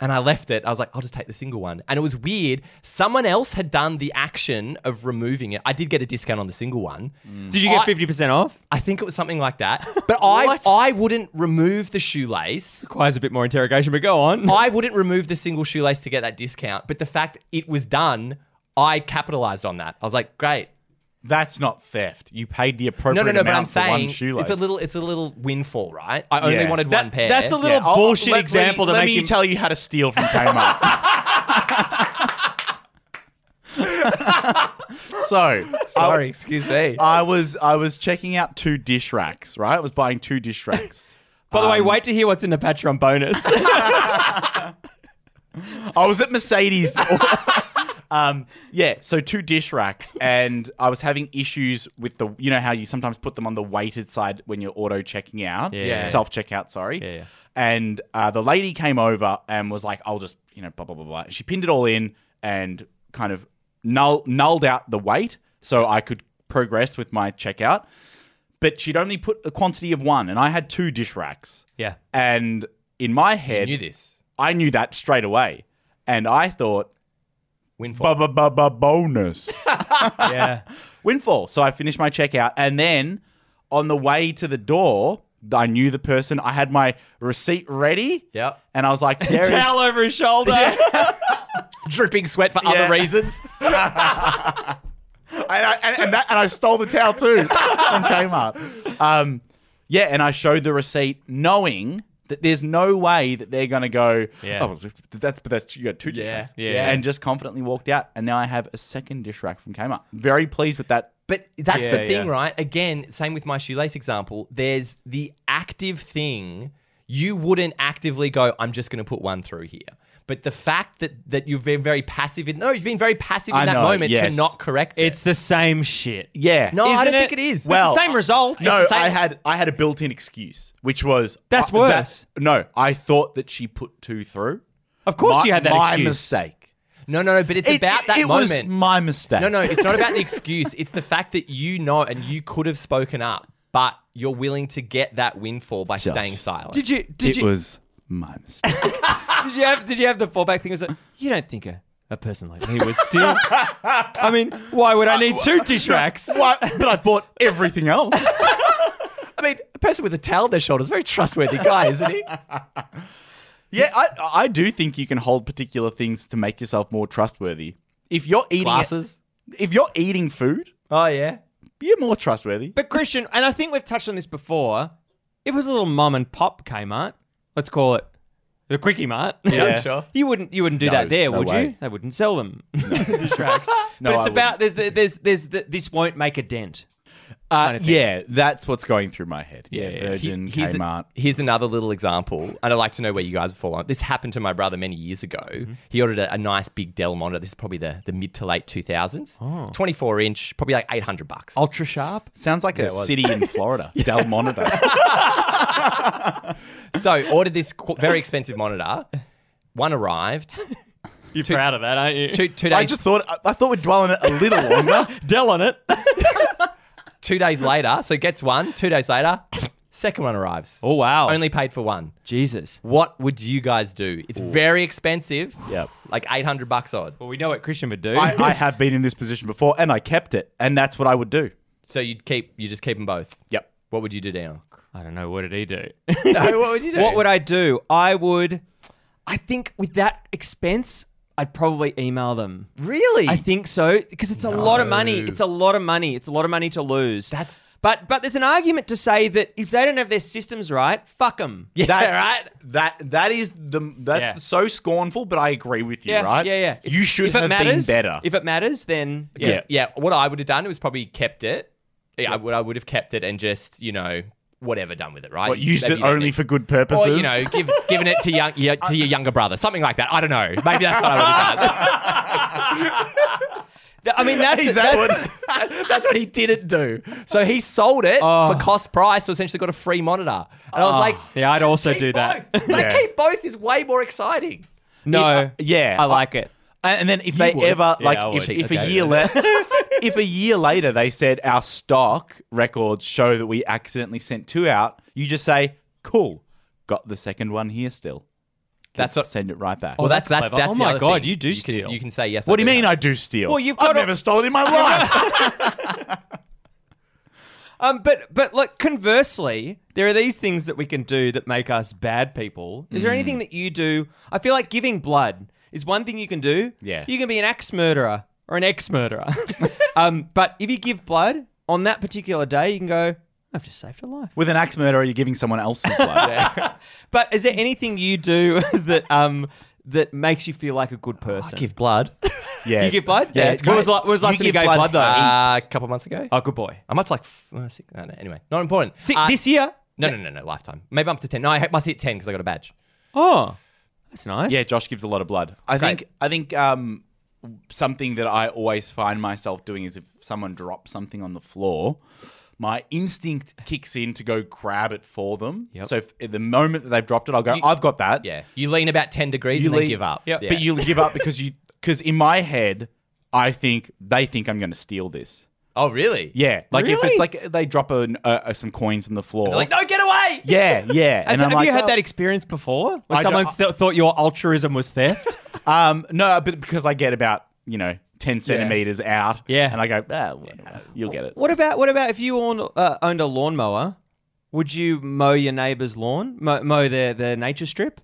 S1: and I left it. I was like, I'll just take the single one. And it was weird. Someone else had done the action of removing it. I did get a discount on the single one.
S2: Mm. Did you get
S1: I-
S2: fifty percent off?
S1: I think it was something like that. But I,
S2: What?
S1: I wouldn't remove the shoelace.
S2: Requires a bit more interrogation, but go on.
S1: I wouldn't remove the single shoelace to get that discount. But the fact it was done, I capitalized on that. I was like, great.
S4: that's not theft. You paid the appropriate
S1: No, no, no. But
S4: amount
S1: I'm
S4: for one
S1: saying
S4: shoelace.
S1: it's a little, it's a little windfall, right? I only
S4: Yeah.
S1: wanted one pair.
S2: That's a little
S4: Yeah, I'll-
S2: bullshit
S4: let- let me-
S2: example to
S4: let
S2: make
S4: me
S2: him.
S4: tell you how to steal from Kmart. so
S1: Sorry, excuse me.
S4: I was I was checking out two dish racks. Right, I was buying two dish racks.
S2: By the way, wait to hear what's in the Patreon bonus.
S4: I was at Mercedes. um, yeah, so two dish racks, and I was having issues with the. You know how you sometimes put them on the weighted side when you're auto checking out,
S1: yeah.
S4: self checkout. Sorry.
S1: Yeah, yeah.
S4: And uh, the lady came over and was like, "I'll just you know blah blah blah blah." She pinned it all in and kind of null nulled out the weight, so I could progress with my checkout. But she'd only put a quantity of one, and I had two dish racks.
S1: Yeah.
S4: And in my
S1: I
S4: head,
S1: knew this.
S4: I knew that straight away. And I thought,
S1: Windfall.
S4: ba ba ba bonus.
S2: yeah.
S4: Windfall. So I finished my checkout. And then on the way to the door, I knew the person. I had my receipt ready.
S1: Yep.
S4: And I was like, there is-
S2: Towel over his shoulder.
S1: Dripping sweat for
S4: Yeah.
S1: other reasons.
S4: and, I, and, and, that, and I stole the towel too from Kmart. Um, yeah, and I showed the receipt knowing that there's no way that they're going to go,
S2: Yeah.
S4: oh, that's, but that's, you got two dish
S1: Yeah,
S4: racks.
S2: yeah.
S4: And just confidently walked out. And now I have a second dish rack from Kmart. Very pleased with that.
S1: But that's
S2: Yeah,
S1: the thing,
S2: yeah.
S1: right? Again, same with my shoelace example. There's the active thing. You wouldn't actively go, I'm just going to put one through here. But the fact that that you've been very passive in no, you've been very passive in
S4: I
S1: that
S4: know,
S1: moment
S4: yes.
S1: to not correct it.
S2: It's the same shit.
S4: Yeah.
S1: no, I
S2: Isn't
S1: don't
S2: it?
S1: think it is.
S2: Well- It's the same result.
S4: No,
S1: It's the same-
S4: I had I had a built-in excuse, which was
S2: That's
S4: I-
S2: worse.
S4: that- no, I thought that she put two through.
S2: Of course,
S4: My-
S2: you had that
S4: my
S2: excuse.
S4: mistake.
S1: no, no, no. But it's
S4: It-
S1: about that
S4: it
S1: moment.
S4: was my mistake.
S1: No, no, it's not about the excuse. It's the fact that you know and you could have spoken up, but you're willing to get that windfall by staying silent.
S2: Did you? Did
S4: it
S2: you?
S4: was my mistake.
S2: Did you have? Did you have the fallback thing? It was like, you don't think a, a person like me would steal? I mean, why would I
S4: Uh,
S2: need two dish racks?
S4: what? But I bought everything else.
S1: I mean, a person with a towel on their shoulder is a very trustworthy guy, isn't he?
S4: yeah, I I do think you can hold particular things to make yourself more trustworthy. If you're eating
S1: Glasses.
S4: if you're eating food,
S1: Oh yeah.
S4: you're more trustworthy.
S2: But Christian, and I think we've touched on this before. It was a little mum and pop Kmart. Let's call it the Quickie Mart.
S4: Yeah.
S1: Sure.
S2: You wouldn't you wouldn't do
S4: No,
S2: that there,
S4: no
S2: would you?
S4: way.
S2: They wouldn't sell them. Dish racks.
S4: No,
S2: but it's
S4: I
S2: about there's the, there's there's the, this won't make a dent.
S4: Uh,
S2: of thing.
S4: yeah, that's what's going through my head. Yeah,
S2: yeah.
S4: Virgin
S1: He- here's a-
S4: Kmart.
S1: here's another little example, and I'd like to know where you guys fall on. This happened to my brother many years ago. He ordered a, a nice big Dell monitor. This is probably the, the mid to late 2000s. 24 inch, probably like 800 bucks.
S2: Ultra sharp.
S4: Sounds like a city in Florida, Del Monitor.
S1: So, ordered this qu- very expensive monitor. One arrived.
S2: You're proud of that, aren't you?
S1: Two, two days
S4: I just thought I- I thought we'd dwell on it a little longer.
S2: Dell on it.
S1: two days later, so gets one, two days later, second one arrives.
S2: Oh wow.
S1: Only paid for one.
S2: Jesus.
S1: What would you guys do? It's very expensive.
S4: Yep.
S1: Like 800 bucks odd.
S2: Well, we know what Christian would do.
S4: I, I have been in this position before, and I kept it, and that's what I would do.
S1: So you'd keep, you just keep them both.
S4: Yep.
S1: What would you do, Dion?
S2: I don't know. What did he do?
S1: No, what would you do?
S2: What would I do? I would. I think with that expense, I'd probably email them.
S1: Really?
S2: I think so because it's a lot of money.
S1: No.
S2: It's a lot of money. It's a lot of money to lose.
S1: That's-
S2: but but there's an argument to say that if they don't have their systems right, fuck them.
S1: yeah,
S4: That's
S1: right?
S4: That that is the that's
S2: Yeah.
S4: so scornful, but I agree with you,
S2: yeah,
S4: right?
S2: yeah, yeah.
S4: You should
S2: if
S4: have
S2: it matters,
S4: been better.
S2: If it matters, then yeah.
S1: Yeah. yeah. What I would have done was probably kept it. Yeah, I would I would have kept it and just, you know, whatever done with it, right?
S4: but
S1: You-
S4: used
S1: maybe
S4: it
S1: you don't
S4: only
S1: need-
S4: for good purposes.
S1: Or, you know, give, giving it to young, yeah, to your younger brother, something like that. I don't know. Maybe that's what I would have done.
S2: Th- I mean that's,
S4: Is that
S2: that's
S4: what-
S1: That's what he didn't do. So he sold it for cost price, so essentially got a free monitor. And I was like,
S2: yeah. I'd also
S1: keep
S2: do that.
S1: both. Like,
S4: Yeah.
S1: keep both is way more exciting.
S2: no,
S4: yeah,
S2: I like it.
S4: And and then if they
S1: would.
S4: ever
S2: Yeah,
S4: like
S2: I
S4: if,
S2: would.
S4: if a
S2: Okay.
S4: year later, if a year later they said our stock records show that we accidentally sent two out, you just say, "Cool, got the second one here still."
S1: That's what.
S4: Send it right back.
S1: Well, that's
S2: that's
S1: that's,
S2: clever.
S1: that's
S2: Oh
S1: the
S2: my
S1: other
S2: God,
S1: thing.
S2: you do
S1: can-
S2: steal.
S1: you can say yes.
S4: what do you mean
S1: I
S4: I do steal?
S2: Well, you've
S4: I've
S2: got a-
S4: never stolen in my life.
S2: Um, but but look, conversely, there are these things that we can do that make us bad people. Is there
S4: Mm.
S2: anything that you do? I feel like giving blood is one thing you can do.
S4: Yeah.
S2: you can be an axe murderer or an ex murderer. um, but if you give blood on that particular day, you can go. I've just saved a life.
S4: With an axe murderer, you're giving someone else's blood.
S2: But is there anything you do that um that makes you feel like a good
S4: Oh,
S2: person?
S1: give blood.
S4: Yeah.
S2: you give blood.
S4: Yeah,
S2: it's what was la- what was
S4: You
S2: last time you
S4: give
S2: gave
S4: blood
S2: blood, though?
S1: Uh, a couple months ago,
S2: oh, good boy.
S1: I'm up to like f- uh, six. I don't know. Anyway, not important.
S2: See,
S1: Uh,
S2: this year.
S1: No, no, no, no. Lifetime. Maybe I'm up to ten. No, I must hit ten because I got a badge.
S2: Oh, that's nice.
S4: Yeah, Josh gives a lot of blood. I think I think um, something that I always find myself doing is if someone drops something on the floor, my instinct kicks in to go grab it for them.
S2: Yep.
S4: So if, at the moment that they've dropped it, I'll go, I've got that.
S1: Yeah, you lean about ten degrees
S4: You
S1: and
S4: lean-
S1: then give up.
S2: Yep.
S1: Yeah,
S4: But you give up because you because in my head, I think they think I'm going to steal this.
S1: Oh, really?
S4: Yeah, like if
S2: Really?
S4: it's like they drop an, uh, uh, some coins on the floor.
S1: They're like, no, get away.
S4: yeah, yeah.
S2: Has-
S4: And
S2: have
S4: I'm
S2: you
S4: like,
S2: had
S4: "Oh."
S2: that experience before? Where
S4: I don't-
S2: someone th- thought your altruism was theft?
S4: Um, no, but because I get about you know ten centimeters out,
S2: Yeah.
S4: and I go, ah, well, you'll get it.
S2: what about what about if you owned, uh, owned a lawnmower? Would you mow your neighbour's lawn? Mow, mow their their nature strip?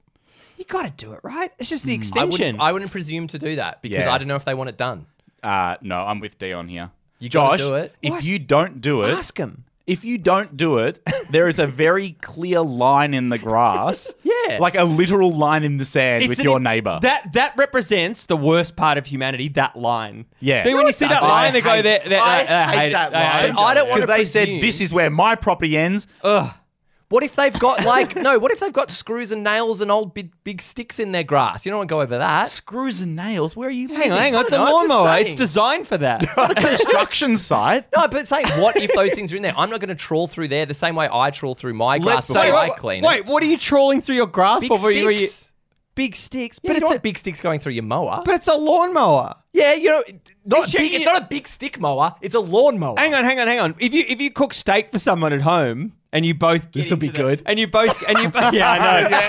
S2: You got to do it, right? It's just the
S1: I
S2: extension.
S1: wouldn't, I wouldn't presume to do that because
S4: Yeah.
S1: I don't know if they want it done.
S4: Uh, no, I'm with Dion here.
S1: You gotta
S4: Josh,
S1: do it.
S4: if
S2: What?
S4: you don't do it,
S2: Ask him.
S4: if you don't do it, there is a very clear line in the grass.
S1: Yeah.
S4: Like a literal line in the sand with
S2: an-
S4: your neighbor.
S2: That that represents the worst part of humanity. That line.
S4: Yeah.
S2: Then when you see that
S4: I
S2: line, they go
S4: hate-
S2: there. there-
S4: I
S2: I
S4: hate
S2: hate it.
S4: that
S2: I hate
S4: line.
S2: it.
S1: But I don't want
S4: Because
S1: to
S4: they said,
S1: presume-
S4: this is where my property ends.
S2: Uh,
S1: What if they've got like no? What if they've got screws and nails and old big, big sticks in their grass? You don't want to go over that.
S4: Screws and nails, where are you
S2: Hang on, hang on. It's a
S1: I don't know, I'm just
S2: lawnmower. It's
S1: saying.
S2: designed for that.
S4: on. construction site.
S1: No, but saying what if those things are in there? I'm not going to trawl through there the same way I trawl through my grass
S2: Let's
S1: before
S2: say.
S1: I
S2: Wait,
S1: clean it.
S2: wait, what are you trawling through your grass
S1: Big
S2: before you- you?
S1: sticks.
S2: Big sticks,
S1: but
S2: but
S1: it's
S2: it's
S1: not
S2: a
S1: big sticks going through your mower.
S2: but it's a lawnmower.
S1: yeah, you know, not
S2: Sure,
S1: big,
S2: you-
S1: it's not a big stick mower. It's a lawnmower.
S2: Hang on, hang on, hang on. If you if you cook steak for someone at home and you both this
S1: will be good.
S2: and you both and you yeah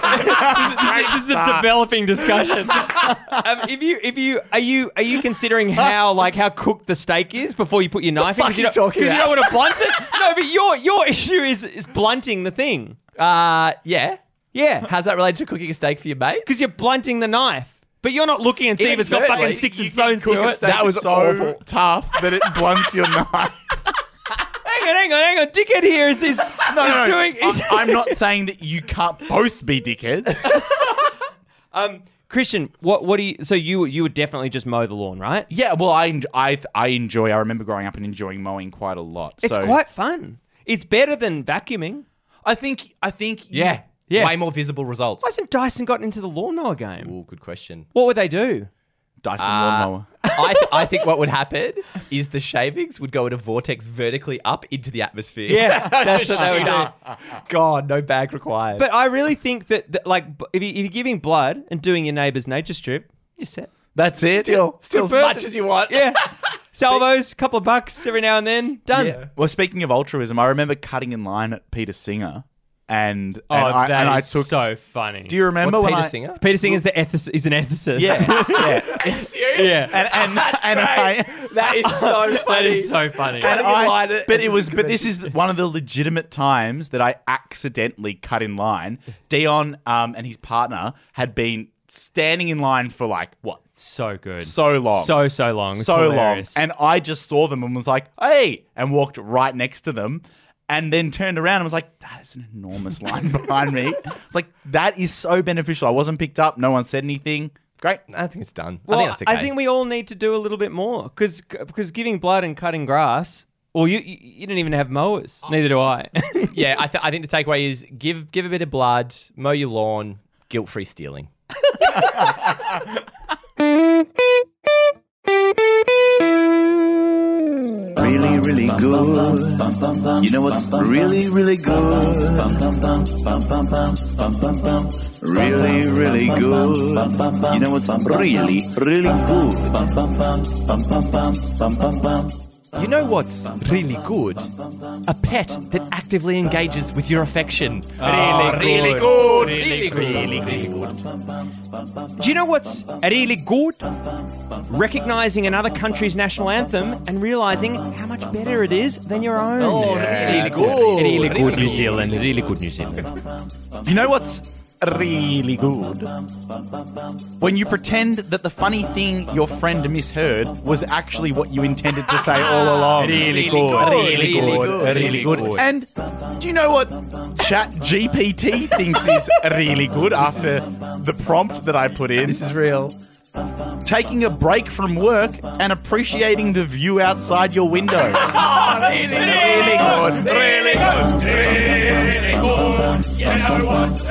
S2: I know this, is, this is a developing discussion. um, if you if you are you are you considering how like how cooked the steak is before you put your knife
S1: fuck
S2: in
S1: you
S2: because you, don't-
S1: talking
S2: 'cause you
S1: about?
S2: don't want to blunt it. No, but your your issue is is blunting the thing.
S1: Uh, yeah.
S2: Yeah,
S1: How's that related to cooking a steak for your mate?
S2: because you're blunting the knife, but you're not looking and see if it's got
S1: Inadvertently,
S2: fucking sticks
S4: you
S2: and
S4: can
S2: stones
S4: cook
S2: through
S4: a
S2: it.
S4: steak
S1: That was
S4: so
S1: awful.
S4: tough that it blunts your knife.
S2: Hang on, hang on, hang on. Dickhead here is is,
S4: No,
S2: is
S4: no, no.
S2: doing. is-
S4: I, am not saying that you can't both be dickheads.
S2: Christian, what what do you? So you you would definitely just mow the lawn, right?
S4: yeah, well, I, en- I I enjoy. I remember growing up and enjoying mowing quite a lot.
S2: It's
S4: so
S2: quite fun. It's better than vacuuming.
S4: I think. I think. you-
S1: Yeah.
S2: Yeah.
S1: Way more visible results.
S2: Why hasn't Dyson gotten into the lawnmower game?
S1: Ooh, good question.
S2: What would they do?
S4: Dyson
S1: Uh,
S4: lawnmower.
S1: I, th- I think what would happen is the shavings would go in a vortex vertically up into the atmosphere.
S2: Yeah, that's
S1: Just
S2: what they would
S1: shoot
S2: do.
S1: up. God, no bag required.
S2: But I really think that, that like b- if, you, if you're giving blood and doing your neighbour's nature strip, you're set.
S4: That's it.
S1: still, still as
S2: Good
S1: much
S2: person.
S1: as you want.
S2: Yeah, salvos, couple of bucks every now and then, done.
S1: Yeah.
S4: Well, speaking of altruism, I remember cutting in line at Peter Singer, and
S2: Oh,
S4: and I,
S2: that
S4: and I
S2: is
S4: took.
S2: so funny.
S4: do you remember
S1: What's
S4: when
S1: Peter
S4: I-
S1: Singer?
S2: Peter Singer's the ethis, is an ethicist.
S4: Yeah, yeah.
S1: serious?
S2: yeah.
S4: and and and I.
S1: That is so
S2: That
S1: funny.
S2: is so funny.
S1: And-
S4: And
S1: think I
S4: I,
S1: lied.
S4: but
S1: This
S4: it
S1: is
S4: was,
S1: a
S4: but this is one of the legitimate times that I accidentally cut in line. Dion um, and his partner had been standing in line for like what
S2: so good.
S4: so long,
S2: So so long. It's
S4: so long,
S2: hilarious.
S4: and I just saw them and was like, "Hey!" and walked right next to them, and then turned around and was like, "That is an enormous line behind me." It's like that is so beneficial. I wasn't picked up. No one said anything. Great.
S1: I think it's done.
S2: Well,
S1: I think that's okay.
S2: we all need to do a little bit more because giving blood and cutting grass. Well, you you, you don't even have mowers. Neither do I.
S1: yeah, I, th- I think the takeaway is give give a bit of blood, mow your lawn, guilt free stealing.
S6: really, really good. You know what's really, really good? Really, really good. You know what's really, really good?
S1: You know what's really good? A pet that actively engages with your affection. really, good. Really good. Really good.
S2: do you know what's really good? Recognizing another country's national anthem and realizing how much better it is than your own.
S1: Oh, really good.
S2: Really good New Zealand. Really good New Zealand.
S4: You know what's really good? When you pretend that the funny thing your friend misheard was actually what you intended to say all along.
S2: Really good.
S4: Really
S1: Really
S4: good.
S1: good.
S4: Really good. And do you know what Chat GPT thinks is really good after the prompt that I put in? This is real. Taking a break from work and appreciating the view outside your window. Oh, really good. Really good. Really good.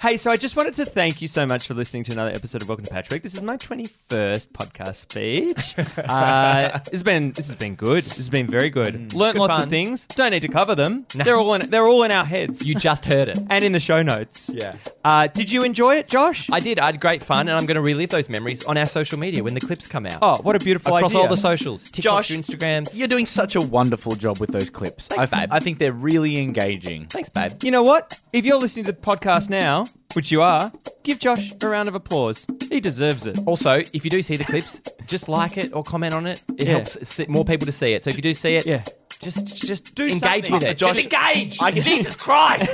S2: Hey, so I just wanted to thank you so much for listening to another episode of Welcome to Patrick. This is my twenty-first podcast speech. Uh, it's been this has been good. This has been very Mm. good. Learned
S1: Good
S2: lots
S1: fun.
S2: of things. Don't need to cover them. They're all in. They're all in our heads.
S1: You just heard it.
S2: and in the show notes.
S1: Yeah.
S2: Uh, did you enjoy it, Josh?
S1: I did. I had great fun, and I'm going to relive those memories on our social media when the clips come out.
S2: oh, what a beautiful
S1: across
S2: idea.
S1: all the socials, TikToks,
S4: Josh,
S1: your Instagrams.
S4: You're doing such a wonderful job with those clips.
S1: Thanks,
S4: I,
S1: babe.
S4: I think they're really engaging.
S1: Thanks, babe.
S2: You know what? If you're listening to the podcast now, which you are, give Josh a round of applause. He deserves it.
S1: Also, if you do see the clips, just like it or comment on it. It
S2: Yeah.
S1: helps s- more people to see it. So if you do see it,
S2: Yeah.
S1: just Just, just do engage
S2: something.
S1: with
S2: Uh,
S1: it.
S4: Josh,
S1: just engage.
S4: I can-
S1: Jesus Christ.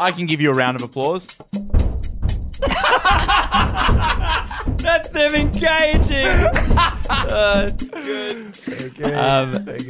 S4: I can give you a round of applause.
S2: That's them engaging. Um,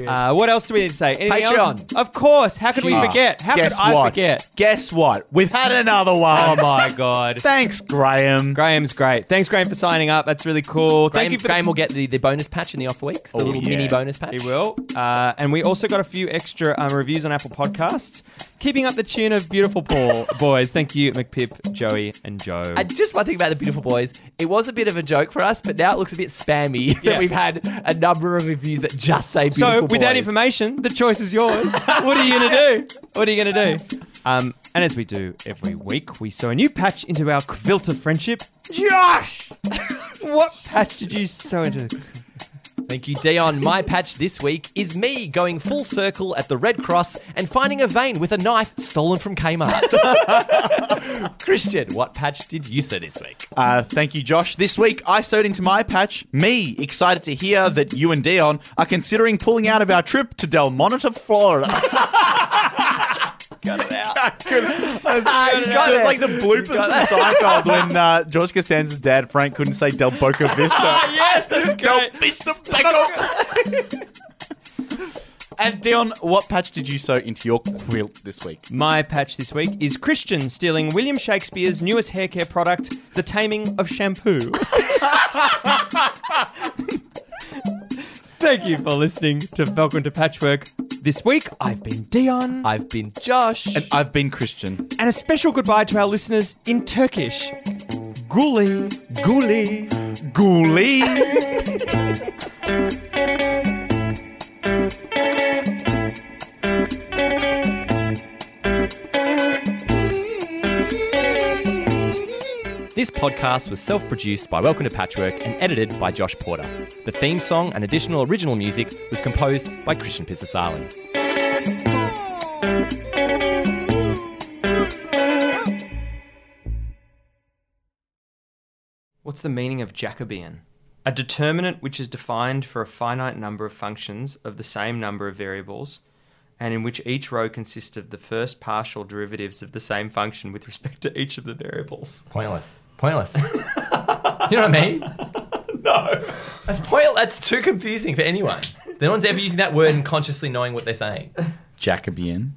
S2: uh, what else do we need to say? Anything else?
S1: Patreon.
S2: Of course. How could we
S4: Ah,
S2: forget? How could
S4: guess
S2: I
S4: what?
S2: forget?
S4: Guess what? We've had another
S2: Oh
S4: one.
S2: my god.
S4: Thanks, Graham.
S2: Graham's great. Thanks, Graham, for signing up. That's really cool.
S1: Graham,
S2: Thank you for
S1: Graham
S2: the-
S1: will get the, the bonus patch in the off weeks, the
S4: Oh,
S1: little
S4: yeah.
S1: mini bonus patch.
S2: He will. Uh, and we also got a few extra um, reviews on Apple Podcasts. Keeping up the tune of Beautiful Paul, boys. Thank you, McPip, Joey, and Joe.
S1: And just one thing about the beautiful boys, it was a bit of a joke for us, but now it looks a bit spammy. that
S2: Yeah.
S1: We've had a number of reviews that just say beautiful
S2: so, with that
S1: boys.
S2: information, the choice is yours. what are you going to do? What are you going to do? Um, and as we do every week, we sew a new patch into our quilt of friendship. Josh! what patch did you sew into?
S1: Thank you, Dion. My patch this week is me going full circle at the Red Cross and finding a vein with a knife stolen from Kmart. Christian, what patch did you sew this week?
S4: Uh, thank you, Josh. This week, I sewed into my patch. Me, excited to hear that you and Dion are considering pulling out of our trip to Delmonte, Florida. Got it out.
S1: you got
S4: There's
S1: it.
S4: like the bloopers from Seinfeld when uh, George Costanza's dad, Frank, couldn't say Del Boca Vista.
S2: yes, that's
S4: Del Vista Boca. and Dion, what patch did you sew into your quilt this week?
S2: My patch this week is Christian stealing William Shakespeare's newest hair care product, The Taming of Shampoo. Thank you for listening to Welcome to Patchwork. This week, I've been Dion,
S1: I've been Josh.
S4: And I've been Christian.
S2: and a special goodbye to our listeners in Turkish. Guli, guli.
S4: Ghoulie.
S1: This podcast was self produced by Welcome to Patchwork and edited by Josh Porter. The theme song and additional original music was composed by Christian Pisasarlin.
S2: What's the meaning of Jacobian? A determinant which is defined for a finite number of functions of the same number of variables, and in which each row consists of the first partial derivatives of the same function with respect to each of the variables.
S1: Pointless. Pointless. you know what I mean?
S2: No.
S1: That's point. That's too confusing for anyone. No one's ever using that word and consciously knowing what they're saying.
S4: Jacobian.